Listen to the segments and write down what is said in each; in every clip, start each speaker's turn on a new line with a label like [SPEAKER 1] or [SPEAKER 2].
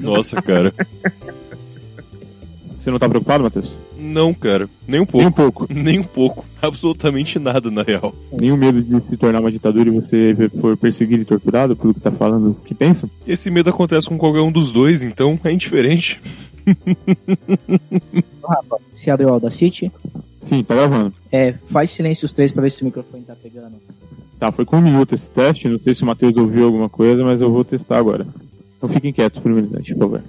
[SPEAKER 1] Nossa, cara.
[SPEAKER 2] Você não tá preocupado, Matheus?
[SPEAKER 1] Não, cara. Nem um
[SPEAKER 2] Nem um
[SPEAKER 1] pouco.
[SPEAKER 2] pouco.
[SPEAKER 1] Nem um pouco. Absolutamente nada, na real.
[SPEAKER 2] Nenhum medo de se tornar uma ditadura e você for perseguido e torturado pelo que tá falando, que pensa?
[SPEAKER 1] Esse medo acontece com qualquer um dos dois, então é indiferente.
[SPEAKER 3] Você abriu o Audacity?
[SPEAKER 2] Sim, tá gravando.
[SPEAKER 3] É, faz silêncio os três pra ver se o microfone tá pegando.
[SPEAKER 2] Tá, foi com um minuto esse teste. Não sei se o Matheus ouviu alguma coisa, mas eu vou testar agora. Então fiquem quietos por um minuto, por favor.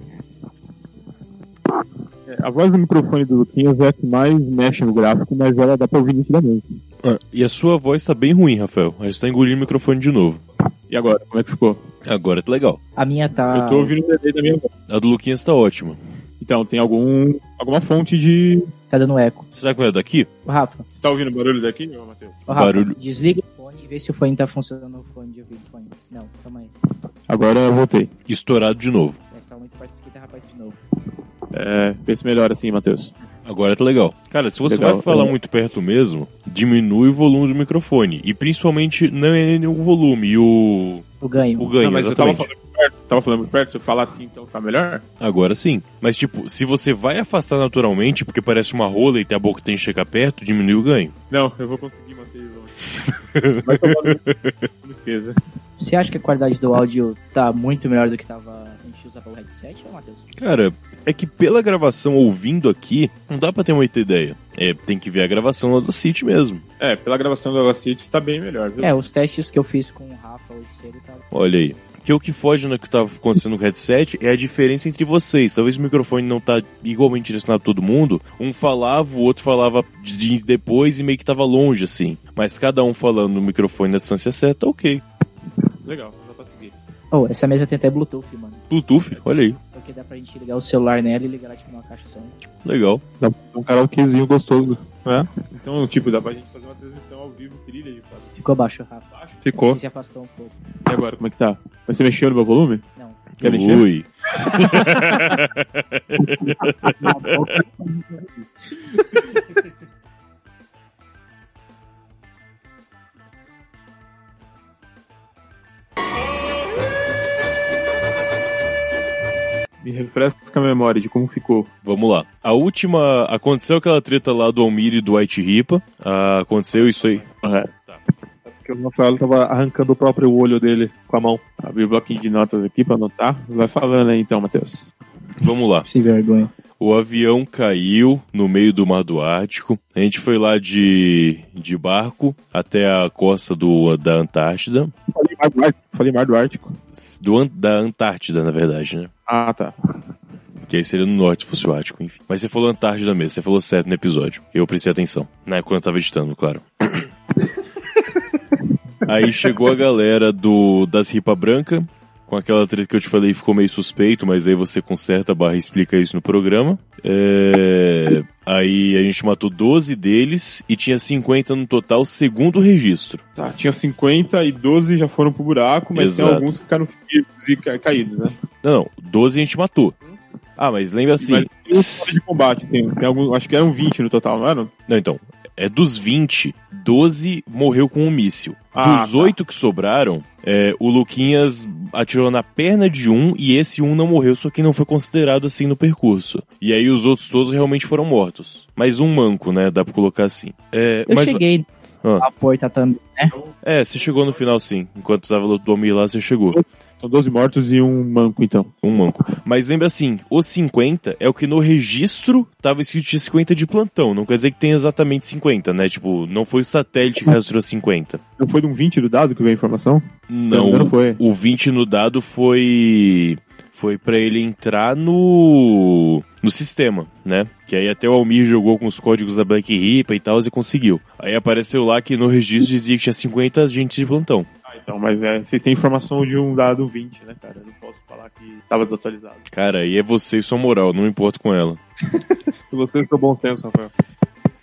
[SPEAKER 2] É, A voz do microfone do Luquinhas é a que mais mexe no gráfico, mas ela dá pra ouvir nitidamente.
[SPEAKER 1] Ah, e a sua voz tá bem ruim, Rafael. A gente tá engolindo o microfone de novo.
[SPEAKER 2] E agora, como é que ficou?
[SPEAKER 1] Agora tá legal.
[SPEAKER 3] A minha tá.
[SPEAKER 2] Eu tô ouvindo o delay da minha voz.
[SPEAKER 1] A do Luquinhas tá ótima.
[SPEAKER 2] Então, tem algum, alguma fonte de...
[SPEAKER 3] Tá dando eco.
[SPEAKER 1] Será que é daqui?
[SPEAKER 3] Ô, Rafa,
[SPEAKER 2] Você tá ouvindo o barulho daqui, meu Matheus?
[SPEAKER 3] ô, Rafa
[SPEAKER 1] Barulho.
[SPEAKER 3] desliga o fone e vê se o fone tá funcionando o fone de ouvido. Fone. Não, calma aí.
[SPEAKER 2] Agora eu voltei.
[SPEAKER 1] Estourado de novo.
[SPEAKER 3] Essa muito parte esquerda, rapaz, de novo.
[SPEAKER 2] É, pensa melhor assim, Matheus.
[SPEAKER 1] Agora tá legal. Cara, se você
[SPEAKER 2] Legal, é.
[SPEAKER 1] vai falar
[SPEAKER 2] legal.
[SPEAKER 1] muito perto mesmo, diminui o volume do microfone. E principalmente, não é nem o volume, e o,
[SPEAKER 3] O ganho.
[SPEAKER 1] o ganho,
[SPEAKER 2] não, mas
[SPEAKER 1] exatamente.
[SPEAKER 2] eu tava falando perto, tava falando muito perto, se eu falar assim, então tá melhor?
[SPEAKER 1] Agora sim. Mas, tipo, se você vai afastar naturalmente, porque parece uma rola e tem a boca tem que chegar perto, diminui o ganho.
[SPEAKER 2] Não, eu vou conseguir manter longe. Vai tomar no cu, não esqueça.
[SPEAKER 3] Você acha que a qualidade do áudio tá muito melhor do que tava a gente usava o headset, ô, Matheus?
[SPEAKER 1] Cara, é que pela gravação ouvindo aqui, não dá pra ter muita ideia. É, tem que ver a gravação lá do City mesmo.
[SPEAKER 2] É, pela gravação do Alacite tá bem melhor, viu?
[SPEAKER 3] É, os testes que eu fiz com o tá- Rafa hoje cedo tava.
[SPEAKER 1] Olha aí. Porque o que foge no que tá acontecendo com o headset é a diferença entre vocês. Talvez o microfone não tá igualmente direcionado a todo mundo. Um falava, o outro falava de- depois e meio que tava longe, assim. Mas cada um falando no microfone na distância certa, ok.
[SPEAKER 2] Legal, já tá seguindo.
[SPEAKER 3] Oh, essa mesa tem até Bluetooth, mano.
[SPEAKER 1] Bluetooth, olha aí.
[SPEAKER 3] Porque dá pra gente ligar o celular nela e ligar ela tipo numa caixa de som.
[SPEAKER 1] Legal.
[SPEAKER 2] Dá pra fazer um karaokezinho gostoso. É? Então, tipo, dá pra gente fazer uma transmissão ao vivo, trilha de fato.
[SPEAKER 3] Ficou baixo, Rafa.
[SPEAKER 2] Baixo.
[SPEAKER 3] Você
[SPEAKER 2] Ficou.
[SPEAKER 3] se afastou um pouco.
[SPEAKER 2] E agora, como é que tá? Mas Você mexeu no meu volume?
[SPEAKER 3] Não.
[SPEAKER 2] Quer mexer?
[SPEAKER 1] Ui.
[SPEAKER 2] Me refresca a memória de como ficou.
[SPEAKER 1] Vamos lá. A última. Aconteceu aquela treta lá do Almir e do White Ripa. Ah, aconteceu isso aí.
[SPEAKER 2] Tá. É Porque o Rafael tava arrancando o próprio olho dele com a mão. Abri o bloquinho de notas aqui pra anotar. Vai falando aí então, Matheus.
[SPEAKER 1] Vamos lá.
[SPEAKER 3] Se vergonha.
[SPEAKER 1] O avião caiu no meio do Mar do Ártico. A gente foi lá de, de barco até a costa do, da Antártida.
[SPEAKER 2] Falei Mar do Ártico. Falei Mar do Ártico.
[SPEAKER 1] Do, An- da Antártida, na verdade, né?
[SPEAKER 2] Ah, tá.
[SPEAKER 1] Que aí seria no norte, se fosse o Ártico, enfim. Mas você falou Antártida mesmo, você falou certo no episódio. Eu prestei atenção. Na época quando eu tava editando, claro. aí chegou a galera do das Ripa Branca, com aquela treta que eu te falei ficou meio suspeito, mas aí você conserta a barra e explica isso no programa. É... Aí a gente matou 12 deles e tinha 50 no total, segundo o registro.
[SPEAKER 2] Tá, tinha 50 e 12 já foram pro buraco, mas
[SPEAKER 1] Exato.
[SPEAKER 2] tem alguns que ficaram feridos e ca- caídos, né?
[SPEAKER 1] Não, não, 12 a gente matou. Ah, mas lembra assim.
[SPEAKER 2] Mas tem um fora de combate, tem, tem alguns, acho que eram 20 no total, não eram?
[SPEAKER 1] Não, então. É dos 20, 12 morreu com um míssil.
[SPEAKER 2] Ah,
[SPEAKER 1] dos
[SPEAKER 2] tá.
[SPEAKER 1] oito que sobraram, é, o Luquinhas atirou na perna de um e esse um não morreu, só que não foi considerado assim no percurso. E aí os outros todos realmente foram mortos. Mas um manco, né? Dá pra colocar assim. É,
[SPEAKER 3] Eu
[SPEAKER 1] mas,
[SPEAKER 3] cheguei
[SPEAKER 1] Ah.
[SPEAKER 3] a porta também.
[SPEAKER 1] é, você chegou no final sim. Enquanto tava do dormir lá, você chegou.
[SPEAKER 2] São 12 mortos e um manco, então.
[SPEAKER 1] Um manco. Mas lembra assim, os 50 é o que no registro tava escrito de 50 de plantão. Não quer dizer que tem exatamente 50, né? Tipo, não foi o satélite que rastreou 50.
[SPEAKER 2] Não foi de um 20 do dado que veio a informação?
[SPEAKER 1] Não,
[SPEAKER 2] Não foi.
[SPEAKER 1] o 20 no dado foi foi para ele entrar no no sistema, né? Que aí até o Almir jogou com os códigos da Black Ripa e tal e conseguiu. Aí apareceu lá que no registro dizia que tinha 50 agentes de plantão.
[SPEAKER 2] Ah, então, mas é, vocês têm informação de um dado 20, né, cara? Eu não posso falar que tava desatualizado.
[SPEAKER 1] Cara, aí é você e sua moral, não importa com ela.
[SPEAKER 2] Se você seu bom senso, Rafael.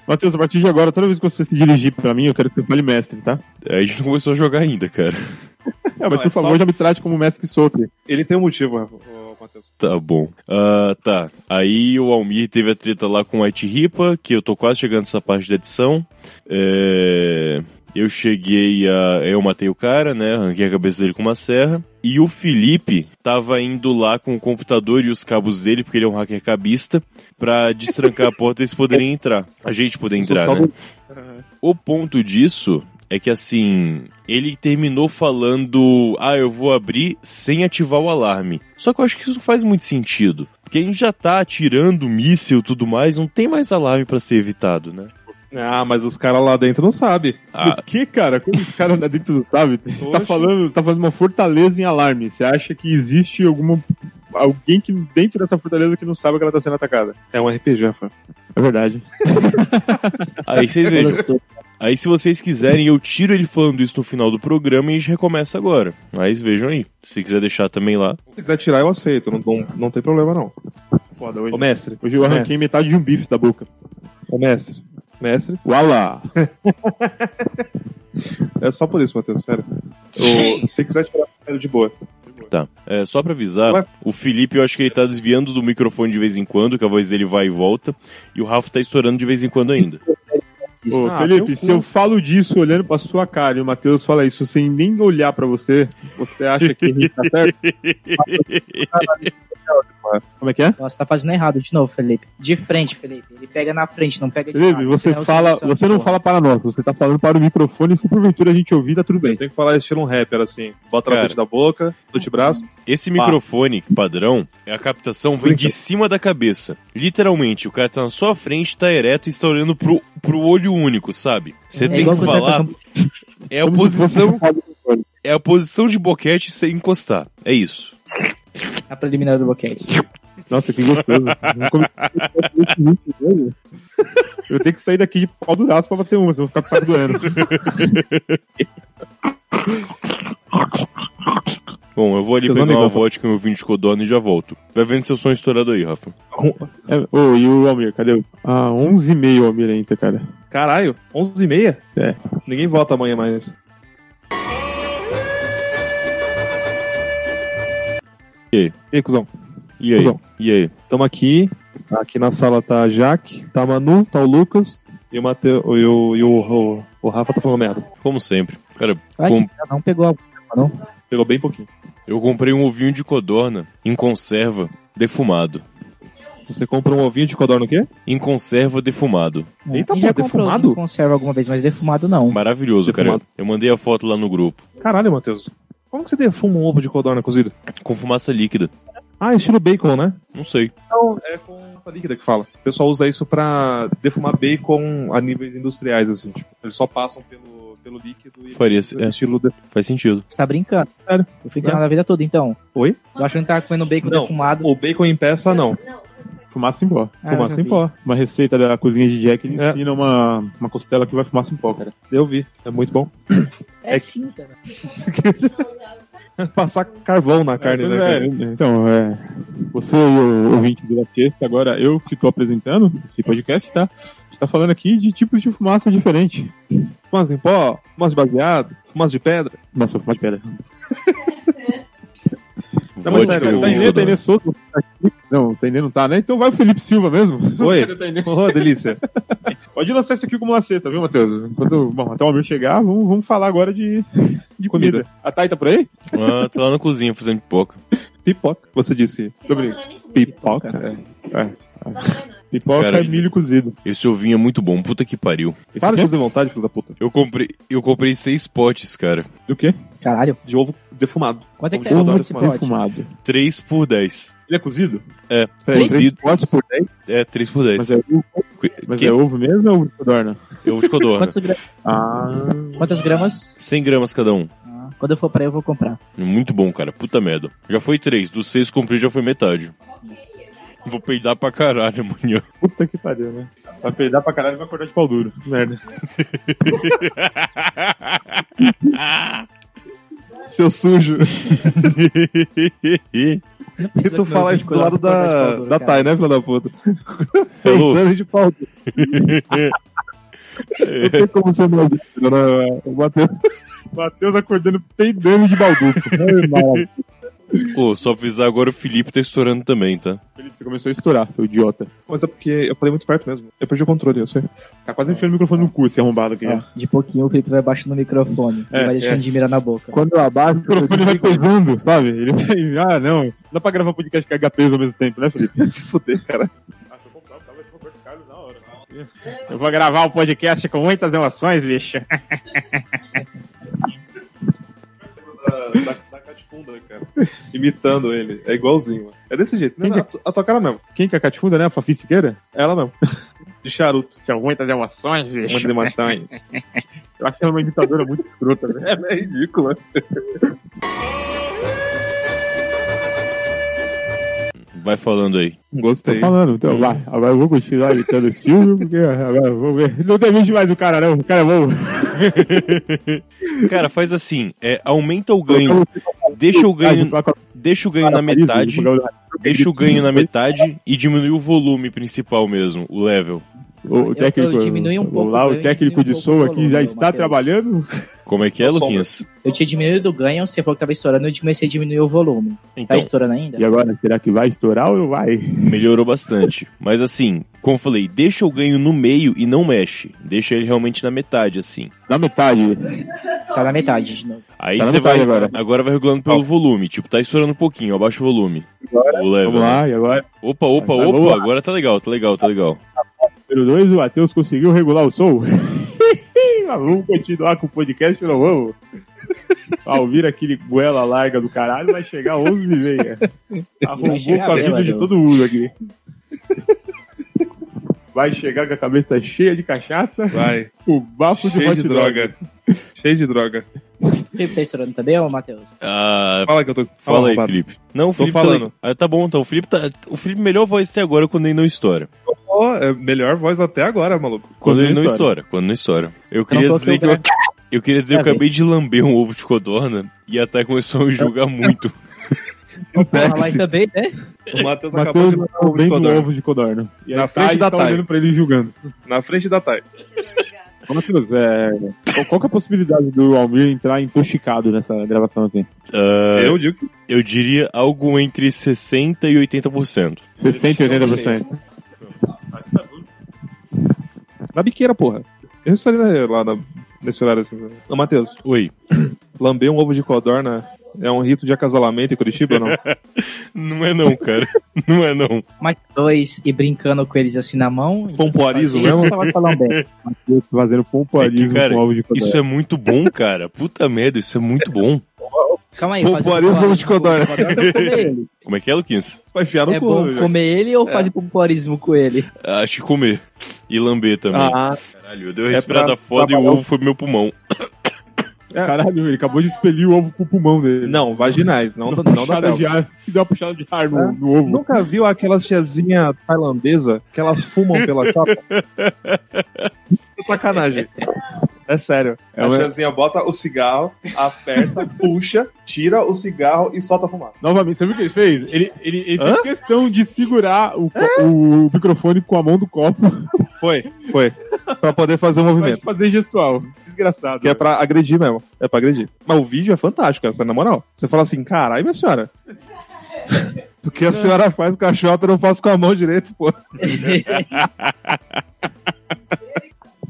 [SPEAKER 2] Matheus, a partir de agora, toda vez que você se dirigir pra mim, eu quero que você fale mestre, tá?
[SPEAKER 1] Aí a gente não começou a jogar ainda, cara.
[SPEAKER 2] É, mas
[SPEAKER 4] Não, é
[SPEAKER 2] por favor,
[SPEAKER 4] só-
[SPEAKER 2] já me trate como mestre que sou, aqui.
[SPEAKER 4] Ele tem um motivo, Rafa- ô, Matheus.
[SPEAKER 1] Tá bom. Ah, tá. Aí o Almir teve a treta lá com o White Ripa, que eu tô quase chegando nessa parte da edição. É... Eu cheguei a. Eu matei o cara, né? Arranquei a cabeça dele com uma serra. E o Felipe tava indo lá com o computador e os cabos dele, porque ele é um hacker cabista, pra destrancar a porta e eles poderem entrar. A gente poder entrar, né?
[SPEAKER 2] um-
[SPEAKER 1] O ponto disso é que assim, ele terminou falando: "Ah, eu vou abrir sem ativar o alarme". Só que eu acho que isso não faz muito sentido, porque a gente já tá atirando míssil e tudo mais, não tem mais alarme pra ser evitado, né?
[SPEAKER 2] Ah, mas os caras lá dentro não sabem.
[SPEAKER 1] Ah.
[SPEAKER 2] Por que, cara? Como os caras lá dentro não sabem? Você tá
[SPEAKER 4] Oxe.
[SPEAKER 2] falando, tá falando uma fortaleza em alarme. Você acha que existe alguma. Alguém que dentro dessa fortaleza que não sabe que ela tá sendo atacada.
[SPEAKER 4] É um RPG, fã.
[SPEAKER 2] É verdade.
[SPEAKER 1] Aí vocês vejam.
[SPEAKER 3] Elas to-
[SPEAKER 1] Aí se vocês quiserem, eu tiro ele falando isso no final do programa e a gente recomeça agora. Mas vejam aí, se quiser deixar também lá.
[SPEAKER 2] Se quiser tirar, eu aceito. Não, não, não tem problema, não.
[SPEAKER 4] Foda hoje.
[SPEAKER 2] Ô, mestre. Hoje eu arranquei
[SPEAKER 4] Mestre.
[SPEAKER 2] metade de um bife da boca. Ô, mestre. Mestre.
[SPEAKER 4] Uala!
[SPEAKER 2] É só por isso, Matheus, sério. Ô, se quiser tirar, eu quero de boa.
[SPEAKER 1] Tá. É, só pra avisar,
[SPEAKER 2] Ué?
[SPEAKER 1] o Felipe eu acho que ele tá desviando do microfone de vez em quando, que a voz dele vai e volta, e o Rafa tá estourando de vez em quando ainda.
[SPEAKER 2] Ô,
[SPEAKER 4] Ah,
[SPEAKER 2] Felipe,
[SPEAKER 4] teu
[SPEAKER 2] se
[SPEAKER 4] cu.
[SPEAKER 2] eu falo disso olhando pra sua cara e o Matheus fala isso sem nem olhar pra você, você acha que ele tá certo? Como é que é?
[SPEAKER 3] Nossa, tá fazendo errado de novo, Felipe. De frente, Felipe. Ele pega na frente, não pega de
[SPEAKER 2] Felipe,
[SPEAKER 3] lado,
[SPEAKER 2] você
[SPEAKER 3] senão
[SPEAKER 2] fala,
[SPEAKER 3] sabe é
[SPEAKER 2] você não
[SPEAKER 3] porra.
[SPEAKER 2] fala para nós, você tá falando para o microfone e se porventura a gente ouvir, tá tudo bem.
[SPEAKER 4] Tem que falar estilo um rapper, assim.
[SPEAKER 2] Bota
[SPEAKER 1] Cara.
[SPEAKER 2] na frente da boca, do te braço.
[SPEAKER 1] Esse microfone padrão, a captação vem
[SPEAKER 3] Então.
[SPEAKER 1] de cima da cabeça. Literalmente, o cara tá na sua frente, tá ereto e está olhando pro, pro olho único, sabe? Você
[SPEAKER 3] É
[SPEAKER 1] tem
[SPEAKER 3] igual
[SPEAKER 1] que
[SPEAKER 3] quando você vai
[SPEAKER 1] falar.
[SPEAKER 3] pra
[SPEAKER 1] É a
[SPEAKER 2] Como se fosse
[SPEAKER 1] posição,
[SPEAKER 2] um microfone.
[SPEAKER 1] é a posição de boquete sem encostar. É isso.
[SPEAKER 3] Na preliminar do boquete.
[SPEAKER 2] Nossa, que gostoso. Não come- Eu tenho que sair daqui de pau duraço pra bater uma, senão eu vou ficar com o saco doendo.
[SPEAKER 1] Bom, eu vou ali
[SPEAKER 2] Seus
[SPEAKER 1] pegar
[SPEAKER 3] é
[SPEAKER 2] amigos,
[SPEAKER 1] uma
[SPEAKER 2] Rafa.
[SPEAKER 1] vodka e um vinho de codorna e já volto. Vai vendo seu som estourado um aí, Rafa.
[SPEAKER 2] É, Ô, e o Almir, cadê o? Ah, 11h30 o Almir ainda, cara.
[SPEAKER 4] Caralho, 11 e meia?
[SPEAKER 2] É.
[SPEAKER 4] Ninguém volta amanhã mais.
[SPEAKER 2] E aí, cuzão?
[SPEAKER 1] E aí?
[SPEAKER 2] Cusão.
[SPEAKER 1] E aí?
[SPEAKER 2] Tamo aqui. Aqui na sala tá a Jaque, tá a Manu, tá o Lucas e o Matheus. E, o, e o, o, o Rafa tá falando merda.
[SPEAKER 1] Como sempre. Cara,
[SPEAKER 3] Ai,
[SPEAKER 1] Com-
[SPEAKER 3] que cada um pegou a...
[SPEAKER 2] Pegou bem pouquinho.
[SPEAKER 1] eu comprei um ovinho de codorna em conserva defumado.
[SPEAKER 2] Você compra um ovinho de codorna o quê?
[SPEAKER 1] Em conserva defumado.
[SPEAKER 2] Eita,
[SPEAKER 3] Quem
[SPEAKER 2] pô,
[SPEAKER 3] É, já comprou
[SPEAKER 2] defumado?
[SPEAKER 3] defumado? conserva alguma vez, mas defumado não.
[SPEAKER 1] Maravilhoso,
[SPEAKER 2] Defumado.
[SPEAKER 1] cara. Eu mandei a foto lá no grupo.
[SPEAKER 2] Caralho, Matheus. Como que você defuma um ovo de codorna cozido?
[SPEAKER 1] Com fumaça líquida.
[SPEAKER 2] Ah, estilo bacon, né?
[SPEAKER 1] Não sei.
[SPEAKER 2] Não, é com essa líquida que fala. O pessoal usa isso pra defumar bacon a níveis industriais, assim. Tipo, eles só passam pelo, pelo líquido e
[SPEAKER 1] Faria, é,
[SPEAKER 2] estilo de...
[SPEAKER 1] faz sentido.
[SPEAKER 3] Você tá brincando.
[SPEAKER 2] Sério? É?
[SPEAKER 3] Eu fui enganado a vida toda, então.
[SPEAKER 2] Oi?
[SPEAKER 3] Eu acho que ele tava comendo bacon
[SPEAKER 2] Não.
[SPEAKER 3] defumado.
[SPEAKER 2] O bacon em peça, não.
[SPEAKER 5] Fumaça em pó.
[SPEAKER 3] Ah, eu já
[SPEAKER 5] fumaça em
[SPEAKER 3] vi.
[SPEAKER 5] pó. Uma receita da cozinha de Jack ele
[SPEAKER 2] É.
[SPEAKER 5] ensina uma, uma costela que vai fumaça em pó, cara.
[SPEAKER 2] Eu vi. É muito bom.
[SPEAKER 3] É, cinza, né?
[SPEAKER 2] Passar carvão na carne,
[SPEAKER 5] Pois
[SPEAKER 2] né?
[SPEAKER 5] é,
[SPEAKER 2] cara?
[SPEAKER 5] então, é, você e o ouvinte do La Sexta, agora eu que tô apresentando esse podcast, tá? A gente tá falando aqui de tipos de fumaça diferente.
[SPEAKER 2] Fumaça em pó, fumaça de baseado, fumaça de pedra.
[SPEAKER 5] Nossa, fumaça de pedra.
[SPEAKER 2] Não, mas
[SPEAKER 1] Vodka
[SPEAKER 2] sério,
[SPEAKER 1] e
[SPEAKER 2] tá
[SPEAKER 1] ovinho de
[SPEAKER 5] Tainê,
[SPEAKER 1] codorna.
[SPEAKER 5] Tainê Souto. tá aqui. Não, Tainê não tá, né? Então vai o Felipe Silva mesmo.
[SPEAKER 2] Oi. Ô, delícia.
[SPEAKER 5] Pode lançar isso aqui como La Sexta, viu, Matheus? Quando, bom, até o Almir chegar, vamos, vamos falar agora de, de comida. A Thay tá por aí?
[SPEAKER 1] Ah, tá lá na cozinha fazendo pipoca.
[SPEAKER 2] Pipoca. Você disse.
[SPEAKER 5] Tô brincando. Pipoca. É. É. Pipoca
[SPEAKER 1] Cara,
[SPEAKER 5] é milho cozido.
[SPEAKER 1] Esse ovinho é muito bom. Puta que pariu.
[SPEAKER 2] Isso
[SPEAKER 5] Para
[SPEAKER 2] Para
[SPEAKER 5] de
[SPEAKER 2] de fazer vontade, filho da puta.
[SPEAKER 1] Eu comprei, eu comprei seis potes, cara.
[SPEAKER 5] Do quê?
[SPEAKER 3] Caralho.
[SPEAKER 2] De ovo defumado.
[SPEAKER 3] Quanto é que tá
[SPEAKER 2] Ovo
[SPEAKER 3] esse monte de
[SPEAKER 2] defumado.
[SPEAKER 3] pote?
[SPEAKER 5] Defumado.
[SPEAKER 1] Três por dez.
[SPEAKER 5] Ele é cozido?
[SPEAKER 1] É.
[SPEAKER 5] Peraí,
[SPEAKER 1] Cozido.
[SPEAKER 5] três potes por 10?
[SPEAKER 1] É, três por dez.
[SPEAKER 5] Mas, é ovo,
[SPEAKER 1] Que-
[SPEAKER 5] mas é ovo mesmo ou ovo de codorna?
[SPEAKER 1] Ovo de codorna.
[SPEAKER 3] Quantos gra-
[SPEAKER 5] Ah.
[SPEAKER 3] Quantas gramas?
[SPEAKER 1] 100 gramas cada um.
[SPEAKER 3] Ah, quando eu for pra aí, eu vou comprar.
[SPEAKER 1] Muito bom, cara. Puta merda. Já foi três. Dos seis que comprei, já foi metade. Vou peidar pra caralho amanhã.
[SPEAKER 5] Puta que pariu, né? Vai peidar pra caralho e vai acordar de pau duro. Merda.
[SPEAKER 2] Seu sujo. E
[SPEAKER 3] Pensa
[SPEAKER 2] tu
[SPEAKER 3] que
[SPEAKER 2] fala
[SPEAKER 3] meu
[SPEAKER 2] isso do
[SPEAKER 3] bico lá
[SPEAKER 2] lado
[SPEAKER 3] vai cortar de
[SPEAKER 2] da,
[SPEAKER 3] pau duro,
[SPEAKER 2] da
[SPEAKER 3] cara.
[SPEAKER 2] Thay, né, filho da puta?
[SPEAKER 1] Hello.
[SPEAKER 2] Peidando de pau. duro. Não tem como ser meu amigo, né? O Matheus
[SPEAKER 5] Matheus acordando peidando de balduco.
[SPEAKER 2] Ai, maravilha.
[SPEAKER 1] Ô, só avisar agora o Felipe tá estourando também, tá?
[SPEAKER 5] Felipe, você começou a estourar, seu idiota.
[SPEAKER 2] Mas é porque eu falei muito perto mesmo. Eu perdi o controle, eu sei.
[SPEAKER 5] Tá quase enfiando o microfone no cu, esse arrombado aqui. né?
[SPEAKER 3] Ó, de pouquinho o Felipe vai baixando o microfone. e vai deixando de mirar na boca.
[SPEAKER 2] É, Quando eu abaixo,
[SPEAKER 5] O microfone vai pesando, sabe? Ele vai. Ah, não. Não dá pra gravar podcast com HPs ao mesmo tempo, né, Felipe?
[SPEAKER 2] se fuder, cara.
[SPEAKER 5] Ah, se eu comprar, vai ser Roberto Carlos na hora. Eu vou gravar o podcast com muitas emoções, bicho.
[SPEAKER 2] Da, da Catifunda, cara. Imitando ele. É igualzinho, mano. É desse jeito. Não, não, a, tu- a tua cara mesmo.
[SPEAKER 5] Quem que é a Catifunda, né? A Fafi Siqueira?
[SPEAKER 2] Ela mesmo. De charuto.
[SPEAKER 5] São muitas emoções,
[SPEAKER 2] Uma de montanha.
[SPEAKER 5] Eu acho que ela é uma imitadora muito escrota, né?
[SPEAKER 2] Ela é ridícula.
[SPEAKER 1] Vai falando aí.
[SPEAKER 2] Gostei.
[SPEAKER 5] Tô falando, então vai. Agora eu vou continuar imitando o Silvio, porque agora eu vou ver. Não demite mais o cara, não. O cara é bom.
[SPEAKER 1] Cara, faz assim, é, aumenta o ganho, deixa o ganho, deixa o ganho na
[SPEAKER 5] tipo,
[SPEAKER 1] metade, deixa o ganho na metade e diminui o volume principal mesmo, o level.
[SPEAKER 5] O
[SPEAKER 3] Eu-
[SPEAKER 5] técnico,
[SPEAKER 3] eu diminui um pouco,
[SPEAKER 5] lá,
[SPEAKER 3] eu
[SPEAKER 5] o técnico
[SPEAKER 3] diminui
[SPEAKER 5] de
[SPEAKER 3] um pouco
[SPEAKER 5] som
[SPEAKER 3] o
[SPEAKER 5] aqui
[SPEAKER 3] volume,
[SPEAKER 5] já
[SPEAKER 3] ô,
[SPEAKER 5] está
[SPEAKER 3] Matheus.
[SPEAKER 5] trabalhando.
[SPEAKER 1] Como é que é,
[SPEAKER 2] Só
[SPEAKER 1] Luquinhas?
[SPEAKER 3] Eu tinha diminuído o ganho, você falou que tava estourando, eu comecei a diminuir o volume. Tá
[SPEAKER 1] Então,
[SPEAKER 3] estourando ainda?
[SPEAKER 5] E agora, será que vai estourar ou não vai?
[SPEAKER 1] melhorou bastante. Mas assim, como eu falei, deixa o ganho no meio e não mexe. Deixa ele realmente na metade, assim.
[SPEAKER 5] Na metade.
[SPEAKER 3] Tá na metade de
[SPEAKER 2] Ah,
[SPEAKER 3] novo.
[SPEAKER 1] Aí
[SPEAKER 5] Tá na
[SPEAKER 1] você vai.
[SPEAKER 5] metade agora.
[SPEAKER 1] Agora vai regulando pelo volume. Tipo, tá estourando um pouquinho, abaixa o volume. o level.
[SPEAKER 5] Vamos
[SPEAKER 1] né?
[SPEAKER 5] lá, e agora,
[SPEAKER 1] Opa, opa,
[SPEAKER 5] Vai,
[SPEAKER 1] opa.
[SPEAKER 5] vamos lá.
[SPEAKER 1] Agora tá legal, tá legal, tá legal.
[SPEAKER 5] número 2, o Matheus conseguiu regular o som. Mas vamos continuar com o podcast ou não vamos? Ao vir aquele goela larga do caralho, vai chegar 11h30. Arrombou
[SPEAKER 3] chegar
[SPEAKER 5] com a
[SPEAKER 3] bem,
[SPEAKER 5] vida de
[SPEAKER 3] Matheus.
[SPEAKER 5] todo mundo aqui. Vai chegar com a cabeça cheia de cachaça,
[SPEAKER 2] Vai.
[SPEAKER 5] o bafo de
[SPEAKER 2] Cheio
[SPEAKER 5] hot
[SPEAKER 2] de
[SPEAKER 5] dog.
[SPEAKER 2] droga. Cheio de droga.
[SPEAKER 3] O Felipe tá estourando também, ô Matheus?
[SPEAKER 1] Ah,
[SPEAKER 2] Fala que eu tô.
[SPEAKER 1] fala aí,
[SPEAKER 2] arrombado.
[SPEAKER 1] Felipe. Não, o
[SPEAKER 2] Tô
[SPEAKER 1] Felipe tá
[SPEAKER 2] falando.
[SPEAKER 1] legal. Ah, tá bom, então. O Felipe tá. O Felipe melhor voz até agora quando ele não estoura.
[SPEAKER 2] Ó, é melhor voz até agora, maluco.
[SPEAKER 1] Quando, ele não estoura. Quando não estoura. Eu
[SPEAKER 3] Então,
[SPEAKER 1] queria
[SPEAKER 3] qual
[SPEAKER 1] dizer
[SPEAKER 3] que
[SPEAKER 1] que
[SPEAKER 3] é o
[SPEAKER 1] eu. Eu queria dizer que eu
[SPEAKER 3] Tá bem.
[SPEAKER 1] acabei de lamber um ovo de codorna e até começou a me julgar muito.
[SPEAKER 3] Vamos falar aí também, né?
[SPEAKER 2] O Matheus acabou
[SPEAKER 5] Matheus
[SPEAKER 2] de lançar o
[SPEAKER 5] bem do
[SPEAKER 2] liquidificador.
[SPEAKER 5] ovo de codorna. E aí
[SPEAKER 2] Na
[SPEAKER 5] a
[SPEAKER 2] frente
[SPEAKER 5] Thay
[SPEAKER 2] da
[SPEAKER 5] tá
[SPEAKER 2] Thay.
[SPEAKER 5] olhando pra ele e julgando.
[SPEAKER 2] Na frente da Thay.
[SPEAKER 5] Ô, Matheus, é... qual- qual que é a possibilidade do Almir entrar intoxicado nessa gravação aqui?
[SPEAKER 1] Ah,
[SPEAKER 2] Eu digo que.
[SPEAKER 1] Eu diria algo entre 60% e 80%.
[SPEAKER 5] 60 e 80%.
[SPEAKER 2] Na biqueira, porra. Eu estaria lá na- nesse horário assim. né? Ô, Matheus,
[SPEAKER 1] Oi.
[SPEAKER 2] lamber um ovo de codorna é um rito de acasalamento em Curitiba ou não?
[SPEAKER 1] Não é não, cara. Não é não.
[SPEAKER 3] Mais dois e brincando com eles assim na mão.
[SPEAKER 2] Pompoarismo
[SPEAKER 3] Isso
[SPEAKER 2] mesmo?
[SPEAKER 3] tava falando bem.
[SPEAKER 5] Matheus fazendo
[SPEAKER 1] É
[SPEAKER 5] pomparismo
[SPEAKER 1] que, cara,
[SPEAKER 5] com um ovo de codorna.
[SPEAKER 1] Isso é muito bom, cara. Puta merda, isso é muito bom.
[SPEAKER 3] Calma aí, um
[SPEAKER 2] Pompoarismo
[SPEAKER 3] fazer
[SPEAKER 2] ou de codorna?
[SPEAKER 3] com eu comer ele.
[SPEAKER 1] Como é que é, Luquinhas?
[SPEAKER 2] Vai enfiar Tá no
[SPEAKER 3] É
[SPEAKER 2] cu, É.
[SPEAKER 3] bom
[SPEAKER 2] velho.
[SPEAKER 3] comer ele ou fazer pompoarismo com ele?
[SPEAKER 1] Acho que comer. E lamber também.
[SPEAKER 2] Ah,
[SPEAKER 1] Caralho, eu dei uma
[SPEAKER 2] é
[SPEAKER 1] respirada
[SPEAKER 2] pra-
[SPEAKER 1] foda
[SPEAKER 2] pra
[SPEAKER 1] e o
[SPEAKER 2] balão.
[SPEAKER 1] ovo foi pro meu pulmão.
[SPEAKER 2] é.
[SPEAKER 5] Caralho, ele acabou de expelir o ovo pro pulmão dele.
[SPEAKER 2] não, vaginais, não,
[SPEAKER 5] Dá
[SPEAKER 2] não,
[SPEAKER 5] uma
[SPEAKER 2] da
[SPEAKER 5] puxada
[SPEAKER 2] pelva.
[SPEAKER 5] de ar. Deu uma puxada de ar no,
[SPEAKER 2] É.
[SPEAKER 5] no ovo.
[SPEAKER 2] Nunca viu aquelas tiazinha tailandesa que elas fumam pela chapa? Que Sacanagem. É sério.
[SPEAKER 5] É
[SPEAKER 2] a
[SPEAKER 5] uma-
[SPEAKER 2] tiazinha bota o cigarro, aperta, puxa, tira o cigarro e solta a fumaça.
[SPEAKER 5] Novamente, você viu o que ele fez? Ele, ele, ele fez
[SPEAKER 2] Hã?
[SPEAKER 5] questão de segurar o, co- o microfone com a mão do copo
[SPEAKER 2] Foi, foi. Pra poder fazer o
[SPEAKER 5] pra
[SPEAKER 2] movimento.
[SPEAKER 5] fazer gestual. Desgraçado.
[SPEAKER 2] Que é pra agredir mesmo. É pra agredir. Mas o vídeo é fantástico, essa, na moral. Você fala assim, caralho, minha senhora. O que a senhora faz com a chota, eu não faço com a mão direito, pô. É.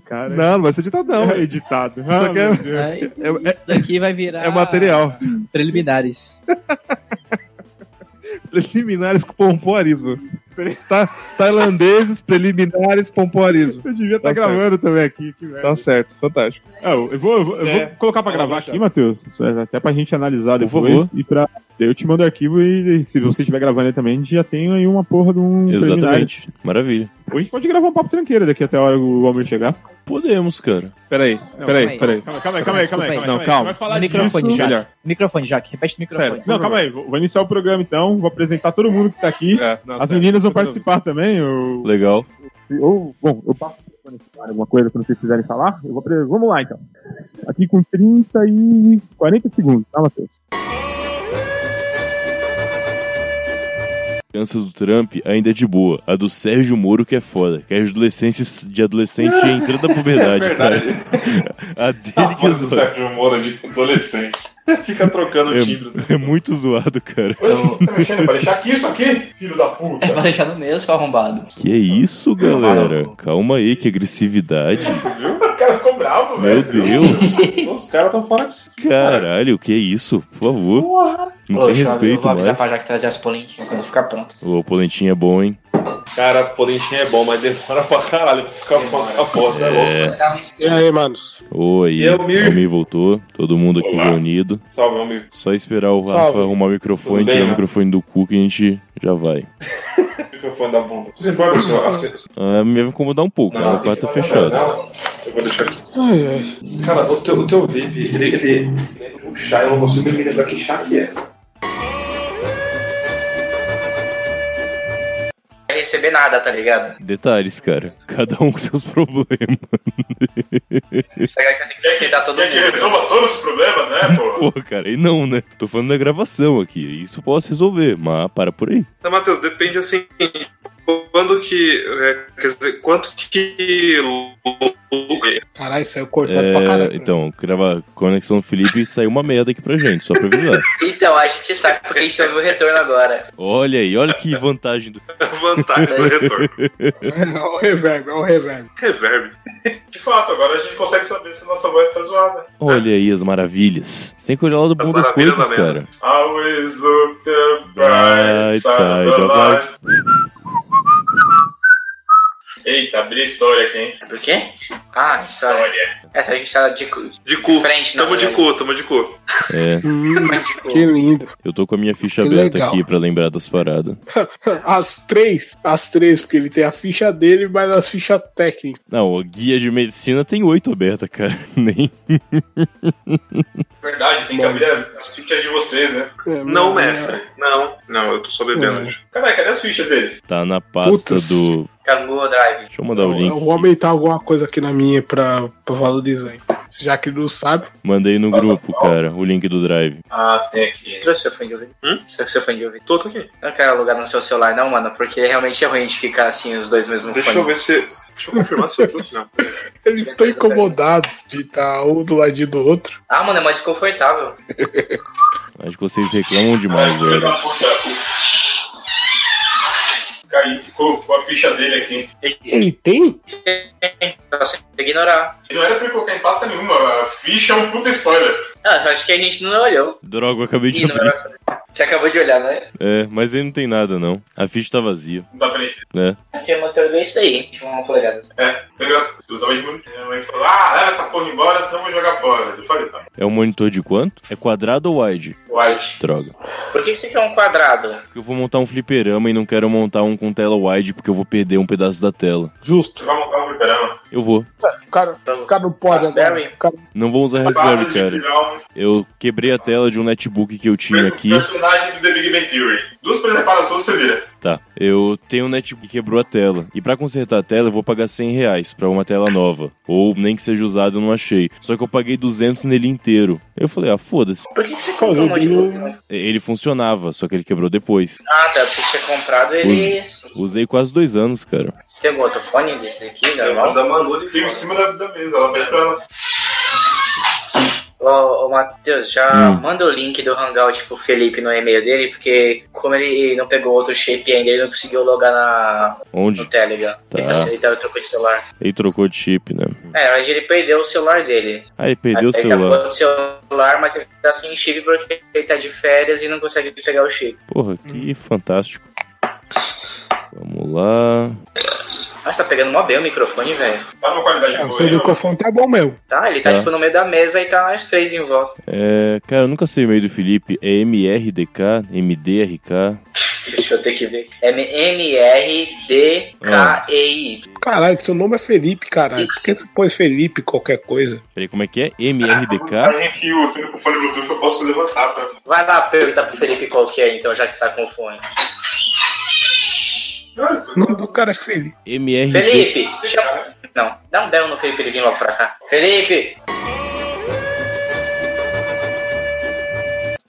[SPEAKER 5] cara.
[SPEAKER 2] Não, não vai ser ditadão.
[SPEAKER 5] É editado.
[SPEAKER 2] Isso aqui é-
[SPEAKER 5] meu Deus.
[SPEAKER 3] Aí, Isso daqui vai virar.
[SPEAKER 2] É material.
[SPEAKER 3] Preliminares.
[SPEAKER 2] Preliminares com pompoarismo. Tá, tailandeses, preliminares, pompoarismo.
[SPEAKER 5] Eu devia estar
[SPEAKER 2] Tá certo.
[SPEAKER 5] gravando também aqui. Que merda.
[SPEAKER 2] Tá certo, fantástico.
[SPEAKER 5] Ah, eu eu vou, eu vou, eu
[SPEAKER 2] É.
[SPEAKER 5] vou colocar pra
[SPEAKER 2] Pode
[SPEAKER 5] gravar
[SPEAKER 2] deixar.
[SPEAKER 5] aqui, Matheus. Isso é Até pra gente analisar
[SPEAKER 1] Por
[SPEAKER 5] depois.
[SPEAKER 1] favor.
[SPEAKER 5] E pra. daí Eu te mando o arquivo e se você estiver gravando aí também, a gente já tem aí uma porra de um. preliminar.
[SPEAKER 1] Exatamente. Maravilha.
[SPEAKER 5] Ou a gente pode gravar um papo tranqueiro daqui até a hora o Almir chegar.
[SPEAKER 1] Podemos, cara.
[SPEAKER 2] Peraí, peraí,
[SPEAKER 3] calma aí.
[SPEAKER 2] peraí.
[SPEAKER 5] Calma aí, calma aí, calma
[SPEAKER 3] Desculpa
[SPEAKER 5] aí.
[SPEAKER 3] aí.
[SPEAKER 5] calma aí,
[SPEAKER 2] Não,
[SPEAKER 5] calma aí.
[SPEAKER 2] calma.
[SPEAKER 5] Vai falar
[SPEAKER 3] No microfone
[SPEAKER 5] disso.
[SPEAKER 3] já.
[SPEAKER 2] Melhor.
[SPEAKER 3] Microfone, Jaque, repete o microfone.
[SPEAKER 5] Não, calma aí. Vou vou iniciar o programa então. Vou apresentar todo mundo que tá aqui.
[SPEAKER 2] É, não,
[SPEAKER 5] As
[SPEAKER 2] sério.
[SPEAKER 5] meninas vão participar também. o-
[SPEAKER 1] Legal.
[SPEAKER 5] ou, bom, eu passo o telefone se tiver alguma coisa quando vocês quiserem falar. Eu vou pre- Vamos lá então. Aqui com 30 e 40 segundos, tá, Matheus?
[SPEAKER 1] criança do Trump ainda é de boa. A do Sérgio Moro que é foda. Que é adolescência de adolescente
[SPEAKER 5] É tá
[SPEAKER 1] entrando na puberdade, cara. A dele que é zoa.
[SPEAKER 2] Sérgio Moro de adolescente.
[SPEAKER 5] Fica trocando o timbre.
[SPEAKER 1] É muito zoado, cara.
[SPEAKER 5] Olha isso que você tá mexendo, pra deixar aqui isso aqui, filho da puta.
[SPEAKER 6] É pra deixar no meio, seu arrombado.
[SPEAKER 1] Que é isso, galera? Calma aí, que agressividade.
[SPEAKER 5] Viu? O cara ficou bravo,
[SPEAKER 1] Meu
[SPEAKER 5] velho.
[SPEAKER 1] Deus.
[SPEAKER 5] É. Os caras tão fora de si.
[SPEAKER 1] Caralho, que isso? Por favor.
[SPEAKER 5] Porra.
[SPEAKER 1] Não
[SPEAKER 6] Ô,
[SPEAKER 1] tem
[SPEAKER 6] Xavi, eu
[SPEAKER 1] respeito
[SPEAKER 6] vou avisar
[SPEAKER 1] mais.
[SPEAKER 6] pra já que trazer as polentinhas quando ficar pronto.
[SPEAKER 1] Ô, polentinha é bom, hein?
[SPEAKER 5] Cara, polentinha é bom, mas demora pra caralho pra ficar com essa porra. É louco.
[SPEAKER 1] É.
[SPEAKER 7] E aí, manos?
[SPEAKER 1] Oi,
[SPEAKER 5] E aí, Almir?
[SPEAKER 1] Almir voltou. Todo mundo aqui reunido.
[SPEAKER 5] Salve, amigo.
[SPEAKER 1] Só esperar o Rafa
[SPEAKER 7] Salve.
[SPEAKER 1] arrumar o microfone,
[SPEAKER 5] Tudo bem,
[SPEAKER 1] tirar o
[SPEAKER 5] Rafa?
[SPEAKER 1] microfone do cu que a gente já vai.
[SPEAKER 5] Microfone da bunda. Vocês embora, senhor. As pessoas-
[SPEAKER 1] Ah, me vai incomodar um pouco,
[SPEAKER 5] Não,
[SPEAKER 1] né? O quarto tá
[SPEAKER 5] tem que-
[SPEAKER 1] fechado.
[SPEAKER 5] Não, Eu vou deixar aqui.
[SPEAKER 7] Ai, ai.
[SPEAKER 5] Cara, o teu, o teu VIP, ele, ele, ele o chá, eu não consigo me lembrar que chá que é.
[SPEAKER 6] Vai receber nada, tá ligado?
[SPEAKER 1] Detalhes, cara. Cada um com seus problemas.
[SPEAKER 6] Essa galera tem que sustentar todo
[SPEAKER 5] Quer que
[SPEAKER 6] mundo.
[SPEAKER 5] resolva todos os problemas, né, pô?
[SPEAKER 1] Pô, cara, e não, né? Tô falando da gravação aqui. Isso eu posso resolver, mas para por aí.
[SPEAKER 2] Não, Matheus, depende assim. Quando que. é, quer dizer, quanto que.
[SPEAKER 7] Caralho, saiu cortado pra
[SPEAKER 1] É,
[SPEAKER 7] caralho.
[SPEAKER 1] então, grava Conexão Felipe saiu uma merda aqui pra gente, só pra avisar.
[SPEAKER 6] Então, a gente sabe porque a gente ouviu o retorno agora.
[SPEAKER 1] Olha aí, olha que vantagem do.
[SPEAKER 2] Vantagem do retorno.
[SPEAKER 7] Olha o reverb, olha o reverb.
[SPEAKER 2] Reverb.
[SPEAKER 5] De fato, agora a gente consegue saber se a nossa voz tá zoada.
[SPEAKER 1] Olha aí as maravilhas. Tem que olhar lá do bom
[SPEAKER 2] As
[SPEAKER 1] das
[SPEAKER 2] maravilhas
[SPEAKER 1] coisas,
[SPEAKER 2] da merda.
[SPEAKER 1] cara.
[SPEAKER 5] Always look the
[SPEAKER 1] Bright side of life.
[SPEAKER 5] Eita, abri história aqui, hein?
[SPEAKER 6] Por quê? Ah, história. Essa a gente tá de, cu-
[SPEAKER 2] De cu.
[SPEAKER 6] frente, não. né?
[SPEAKER 2] Tamo de cu, tamo de cu.
[SPEAKER 1] É,
[SPEAKER 7] Hum,
[SPEAKER 6] Mas de cu.
[SPEAKER 7] que lindo.
[SPEAKER 1] eu tô com a minha ficha
[SPEAKER 7] Que
[SPEAKER 1] aberta
[SPEAKER 7] legal.
[SPEAKER 1] aqui pra lembrar das paradas.
[SPEAKER 7] As três, as três, porque ele tem a ficha dele, mas as fichas técnicas.
[SPEAKER 1] Não, o guia de medicina tem oito aberta, cara. Nem.
[SPEAKER 5] Verdade, tem que abrir as, as fichas de vocês, né?
[SPEAKER 7] É,
[SPEAKER 2] Não,
[SPEAKER 7] mas-
[SPEAKER 2] mestre. Não. Não, eu tô só bebendo
[SPEAKER 7] É.
[SPEAKER 2] hoje.
[SPEAKER 5] Caralho, cadê as fichas deles?
[SPEAKER 1] Tá na pasta
[SPEAKER 7] Putz. é um
[SPEAKER 1] do.
[SPEAKER 6] Tá no Google Drive.
[SPEAKER 1] Deixa eu mandar o
[SPEAKER 7] Eu, eu
[SPEAKER 1] link.
[SPEAKER 7] vou aumentar tá alguma coisa aqui na minha pra, pra valorizar. hein? Já que ele não sabe,
[SPEAKER 1] Mandei no
[SPEAKER 5] Passa
[SPEAKER 1] grupo,
[SPEAKER 5] mal.
[SPEAKER 1] cara, o link do Drive.
[SPEAKER 5] Ah, tem
[SPEAKER 6] Você
[SPEAKER 5] aqui.
[SPEAKER 6] trouxe seu fone de ouvido?
[SPEAKER 2] Hum?
[SPEAKER 6] Você seu fone de ouvido?
[SPEAKER 2] Tô, tô aqui.
[SPEAKER 6] Eu não quero alugar no seu celular, não, mano, porque realmente é ruim de ficar assim, os dois mesmos
[SPEAKER 2] Deixa eu
[SPEAKER 6] fones.
[SPEAKER 2] ver se. Deixa eu confirmar se eu trouxe, não.
[SPEAKER 7] eles estão incomodados tá de estar um do ladinho do outro.
[SPEAKER 6] Ah, mano, é mó desconfortável.
[SPEAKER 1] Acho que vocês reclamam
[SPEAKER 5] Ai,
[SPEAKER 1] demais,
[SPEAKER 5] filho
[SPEAKER 1] velho.
[SPEAKER 5] da puta. Caiu, ficou com a ficha dele aqui.
[SPEAKER 7] Ele tem?
[SPEAKER 6] Só se ignorar.
[SPEAKER 5] E não era pra ele colocar em pasta nenhuma, a ficha é um puta spoiler.
[SPEAKER 6] Ah, só acho que a gente não olhou.
[SPEAKER 1] Droga, eu acabei de
[SPEAKER 6] Ih, não é?
[SPEAKER 1] abrir.
[SPEAKER 6] vai fazer. Você acabou de olhar, né?
[SPEAKER 1] É, mas aí não tem nada, não. A ficha tá vazia,
[SPEAKER 5] Não dá pra encher.
[SPEAKER 1] né?
[SPEAKER 6] Aqui é eu mantive isso daí, hein? Deixa eu uma polegada.
[SPEAKER 5] Eu gosto- Tá eu usava de muito. Minha mãe falou: ah, leva essa porra embora, senão eu vou jogar fora. Eu falei: tá.
[SPEAKER 1] É um monitor de quanto? É quadrado ou wide?
[SPEAKER 5] White.
[SPEAKER 1] Droga.
[SPEAKER 6] Por que que você quer um quadrado?
[SPEAKER 1] Porque eu vou montar um fliperama e não quero montar um com tela wide porque eu vou perder um pedaço da tela.
[SPEAKER 7] Justo.
[SPEAKER 5] Você vai montar um fliperama.
[SPEAKER 1] Eu vou.
[SPEAKER 7] O cara, o cara não pode agora.
[SPEAKER 6] Raspberry?
[SPEAKER 7] O cara
[SPEAKER 1] Não vou usar
[SPEAKER 5] Barras
[SPEAKER 1] Raspberry,
[SPEAKER 5] de
[SPEAKER 1] cara.
[SPEAKER 5] virar
[SPEAKER 1] Eu quebrei a tela de um netbook que eu
[SPEAKER 5] um
[SPEAKER 1] tinha aqui.
[SPEAKER 5] personagem do The Big Bang Theory. Duas preparações você vira.
[SPEAKER 1] Tá. Eu tenho um netbook que quebrou a tela. E pra consertar a tela, eu vou pagar 100 reais pra uma tela nova. Ou nem que seja usado, eu não achei. Só que eu paguei 200 nele inteiro. Eu falei, ah, foda-se.
[SPEAKER 6] Por que que você comprou um notebook? né?
[SPEAKER 1] Ele funcionava, só que ele quebrou depois.
[SPEAKER 6] Ah, tá. Você tinha comprado ele. é assim.
[SPEAKER 1] Usei quase dois anos, cara.
[SPEAKER 6] Você tem algum outro fone desse daqui,
[SPEAKER 5] É, Manda
[SPEAKER 6] normal?
[SPEAKER 5] da Manu tem em cima da, da mesa. Ela pede pra ela.
[SPEAKER 6] Ô, ô Matheus, já
[SPEAKER 1] Hum.
[SPEAKER 6] manda o link do Hangout pro Felipe no e-mail dele, porque como ele não pegou outro shape ainda, ele não conseguiu logar na,
[SPEAKER 1] Onde?
[SPEAKER 6] no Telegram.
[SPEAKER 1] Tá.
[SPEAKER 6] Ele, tá, ele trocou de celular.
[SPEAKER 1] Ele trocou de chip, né?
[SPEAKER 6] É, na verdade ele perdeu o celular dele.
[SPEAKER 1] Ah, ele perdeu o
[SPEAKER 6] Aí Ele
[SPEAKER 1] celular.
[SPEAKER 6] acabou o celular, mas ele tá sem chip porque ele tá de férias e não consegue pegar o chip.
[SPEAKER 1] Porra, que fantástico. Vamos lá.
[SPEAKER 6] Nossa, tá pegando mó bem o microfone, velho.
[SPEAKER 5] Tá numa qualidade
[SPEAKER 7] Ah, o
[SPEAKER 5] boa.
[SPEAKER 7] seu
[SPEAKER 5] hein, mano?
[SPEAKER 7] microfone tá bom mesmo.
[SPEAKER 6] Tá, ele tá,
[SPEAKER 1] Tá.
[SPEAKER 6] tipo no meio da mesa e tá nós três em volta.
[SPEAKER 1] É, cara, eu nunca sei o e-mail do Felipe. É MRDK, MDRK.
[SPEAKER 6] Deixa eu ter que ver. É M-R-D-K-E-I.
[SPEAKER 7] Caralho, seu nome é Felipe, caralho. Por que você põe Felipe qualquer coisa?
[SPEAKER 1] Peraí, como é que é? MRDK?
[SPEAKER 5] Aí aqui o telefone Bluetooth eu posso levantar pra.
[SPEAKER 1] Ah.
[SPEAKER 6] Vai lá perguntar pro Felipe qual que é, então, já que você tá com o fone.
[SPEAKER 5] Não,
[SPEAKER 7] O nome do cara é Felipe.
[SPEAKER 1] MRD.
[SPEAKER 6] Felipe! chama- Não, dá um belo no Felipe, ele vem logo pra cá. Felipe!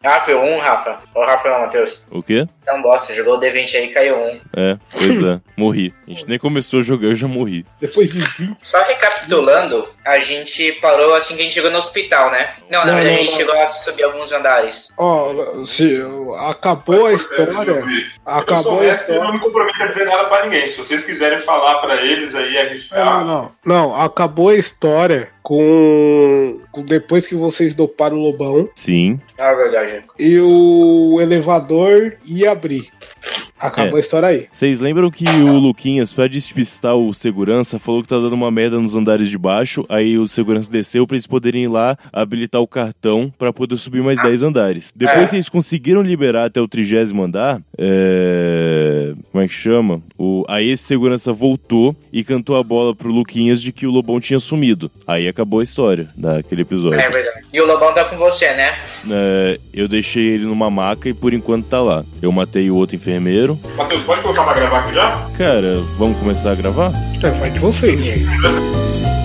[SPEAKER 6] Rafa, eu um, Rafa. Ô, Rafa, não, Matheus.
[SPEAKER 1] O quê?
[SPEAKER 6] Não bosta, jogou o D20 aí e caiu um.
[SPEAKER 1] É, pois é. Morri. A gente nem começou a jogar, eu já morri.
[SPEAKER 7] Depois de 20.
[SPEAKER 6] Só recapitulando, a gente parou assim que a gente chegou no hospital, né? Não, na
[SPEAKER 7] Não,
[SPEAKER 6] verdade a
[SPEAKER 7] não,
[SPEAKER 6] gente
[SPEAKER 7] não.
[SPEAKER 6] chegou a subir alguns andares.
[SPEAKER 7] Ó, se, acabou a história.
[SPEAKER 8] Eu sou
[SPEAKER 7] Acabou a
[SPEAKER 8] mestre e eu
[SPEAKER 7] história.
[SPEAKER 8] não me comprometo a dizer nada pra ninguém. Se vocês quiserem falar pra eles aí,
[SPEAKER 7] É,
[SPEAKER 8] arriscar.
[SPEAKER 7] Não, não, não. Acabou a história com, com depois que vocês doparam o lobão
[SPEAKER 1] Sim.
[SPEAKER 6] Ah, verdade.
[SPEAKER 7] e o elevador ia abrir. Acabou
[SPEAKER 1] É.
[SPEAKER 7] a história aí.
[SPEAKER 1] Vocês lembram que o Luquinhas, pra despistar o segurança, falou que tá dando uma merda nos andares de baixo, aí o segurança desceu pra eles poderem ir lá habilitar o cartão pra poder subir mais 10 andares. Depois
[SPEAKER 6] É.
[SPEAKER 1] vocês conseguiram liberar até o trigésimo andar, é... como é que chama? O... Aí esse segurança voltou e cantou a bola pro Luquinhas de que o Lobão tinha sumido. Aí acabou a história daquele episódio.
[SPEAKER 6] É verdade. E o Lobão tá com você, né?
[SPEAKER 1] É, eu deixei ele numa maca e por enquanto tá lá. Eu matei o outro enfermeiro.
[SPEAKER 8] Matheus, pode colocar pra gravar aqui já?
[SPEAKER 7] Então,
[SPEAKER 1] Cara, vamos começar a gravar?
[SPEAKER 7] É, vai de vocês.
[SPEAKER 8] Essa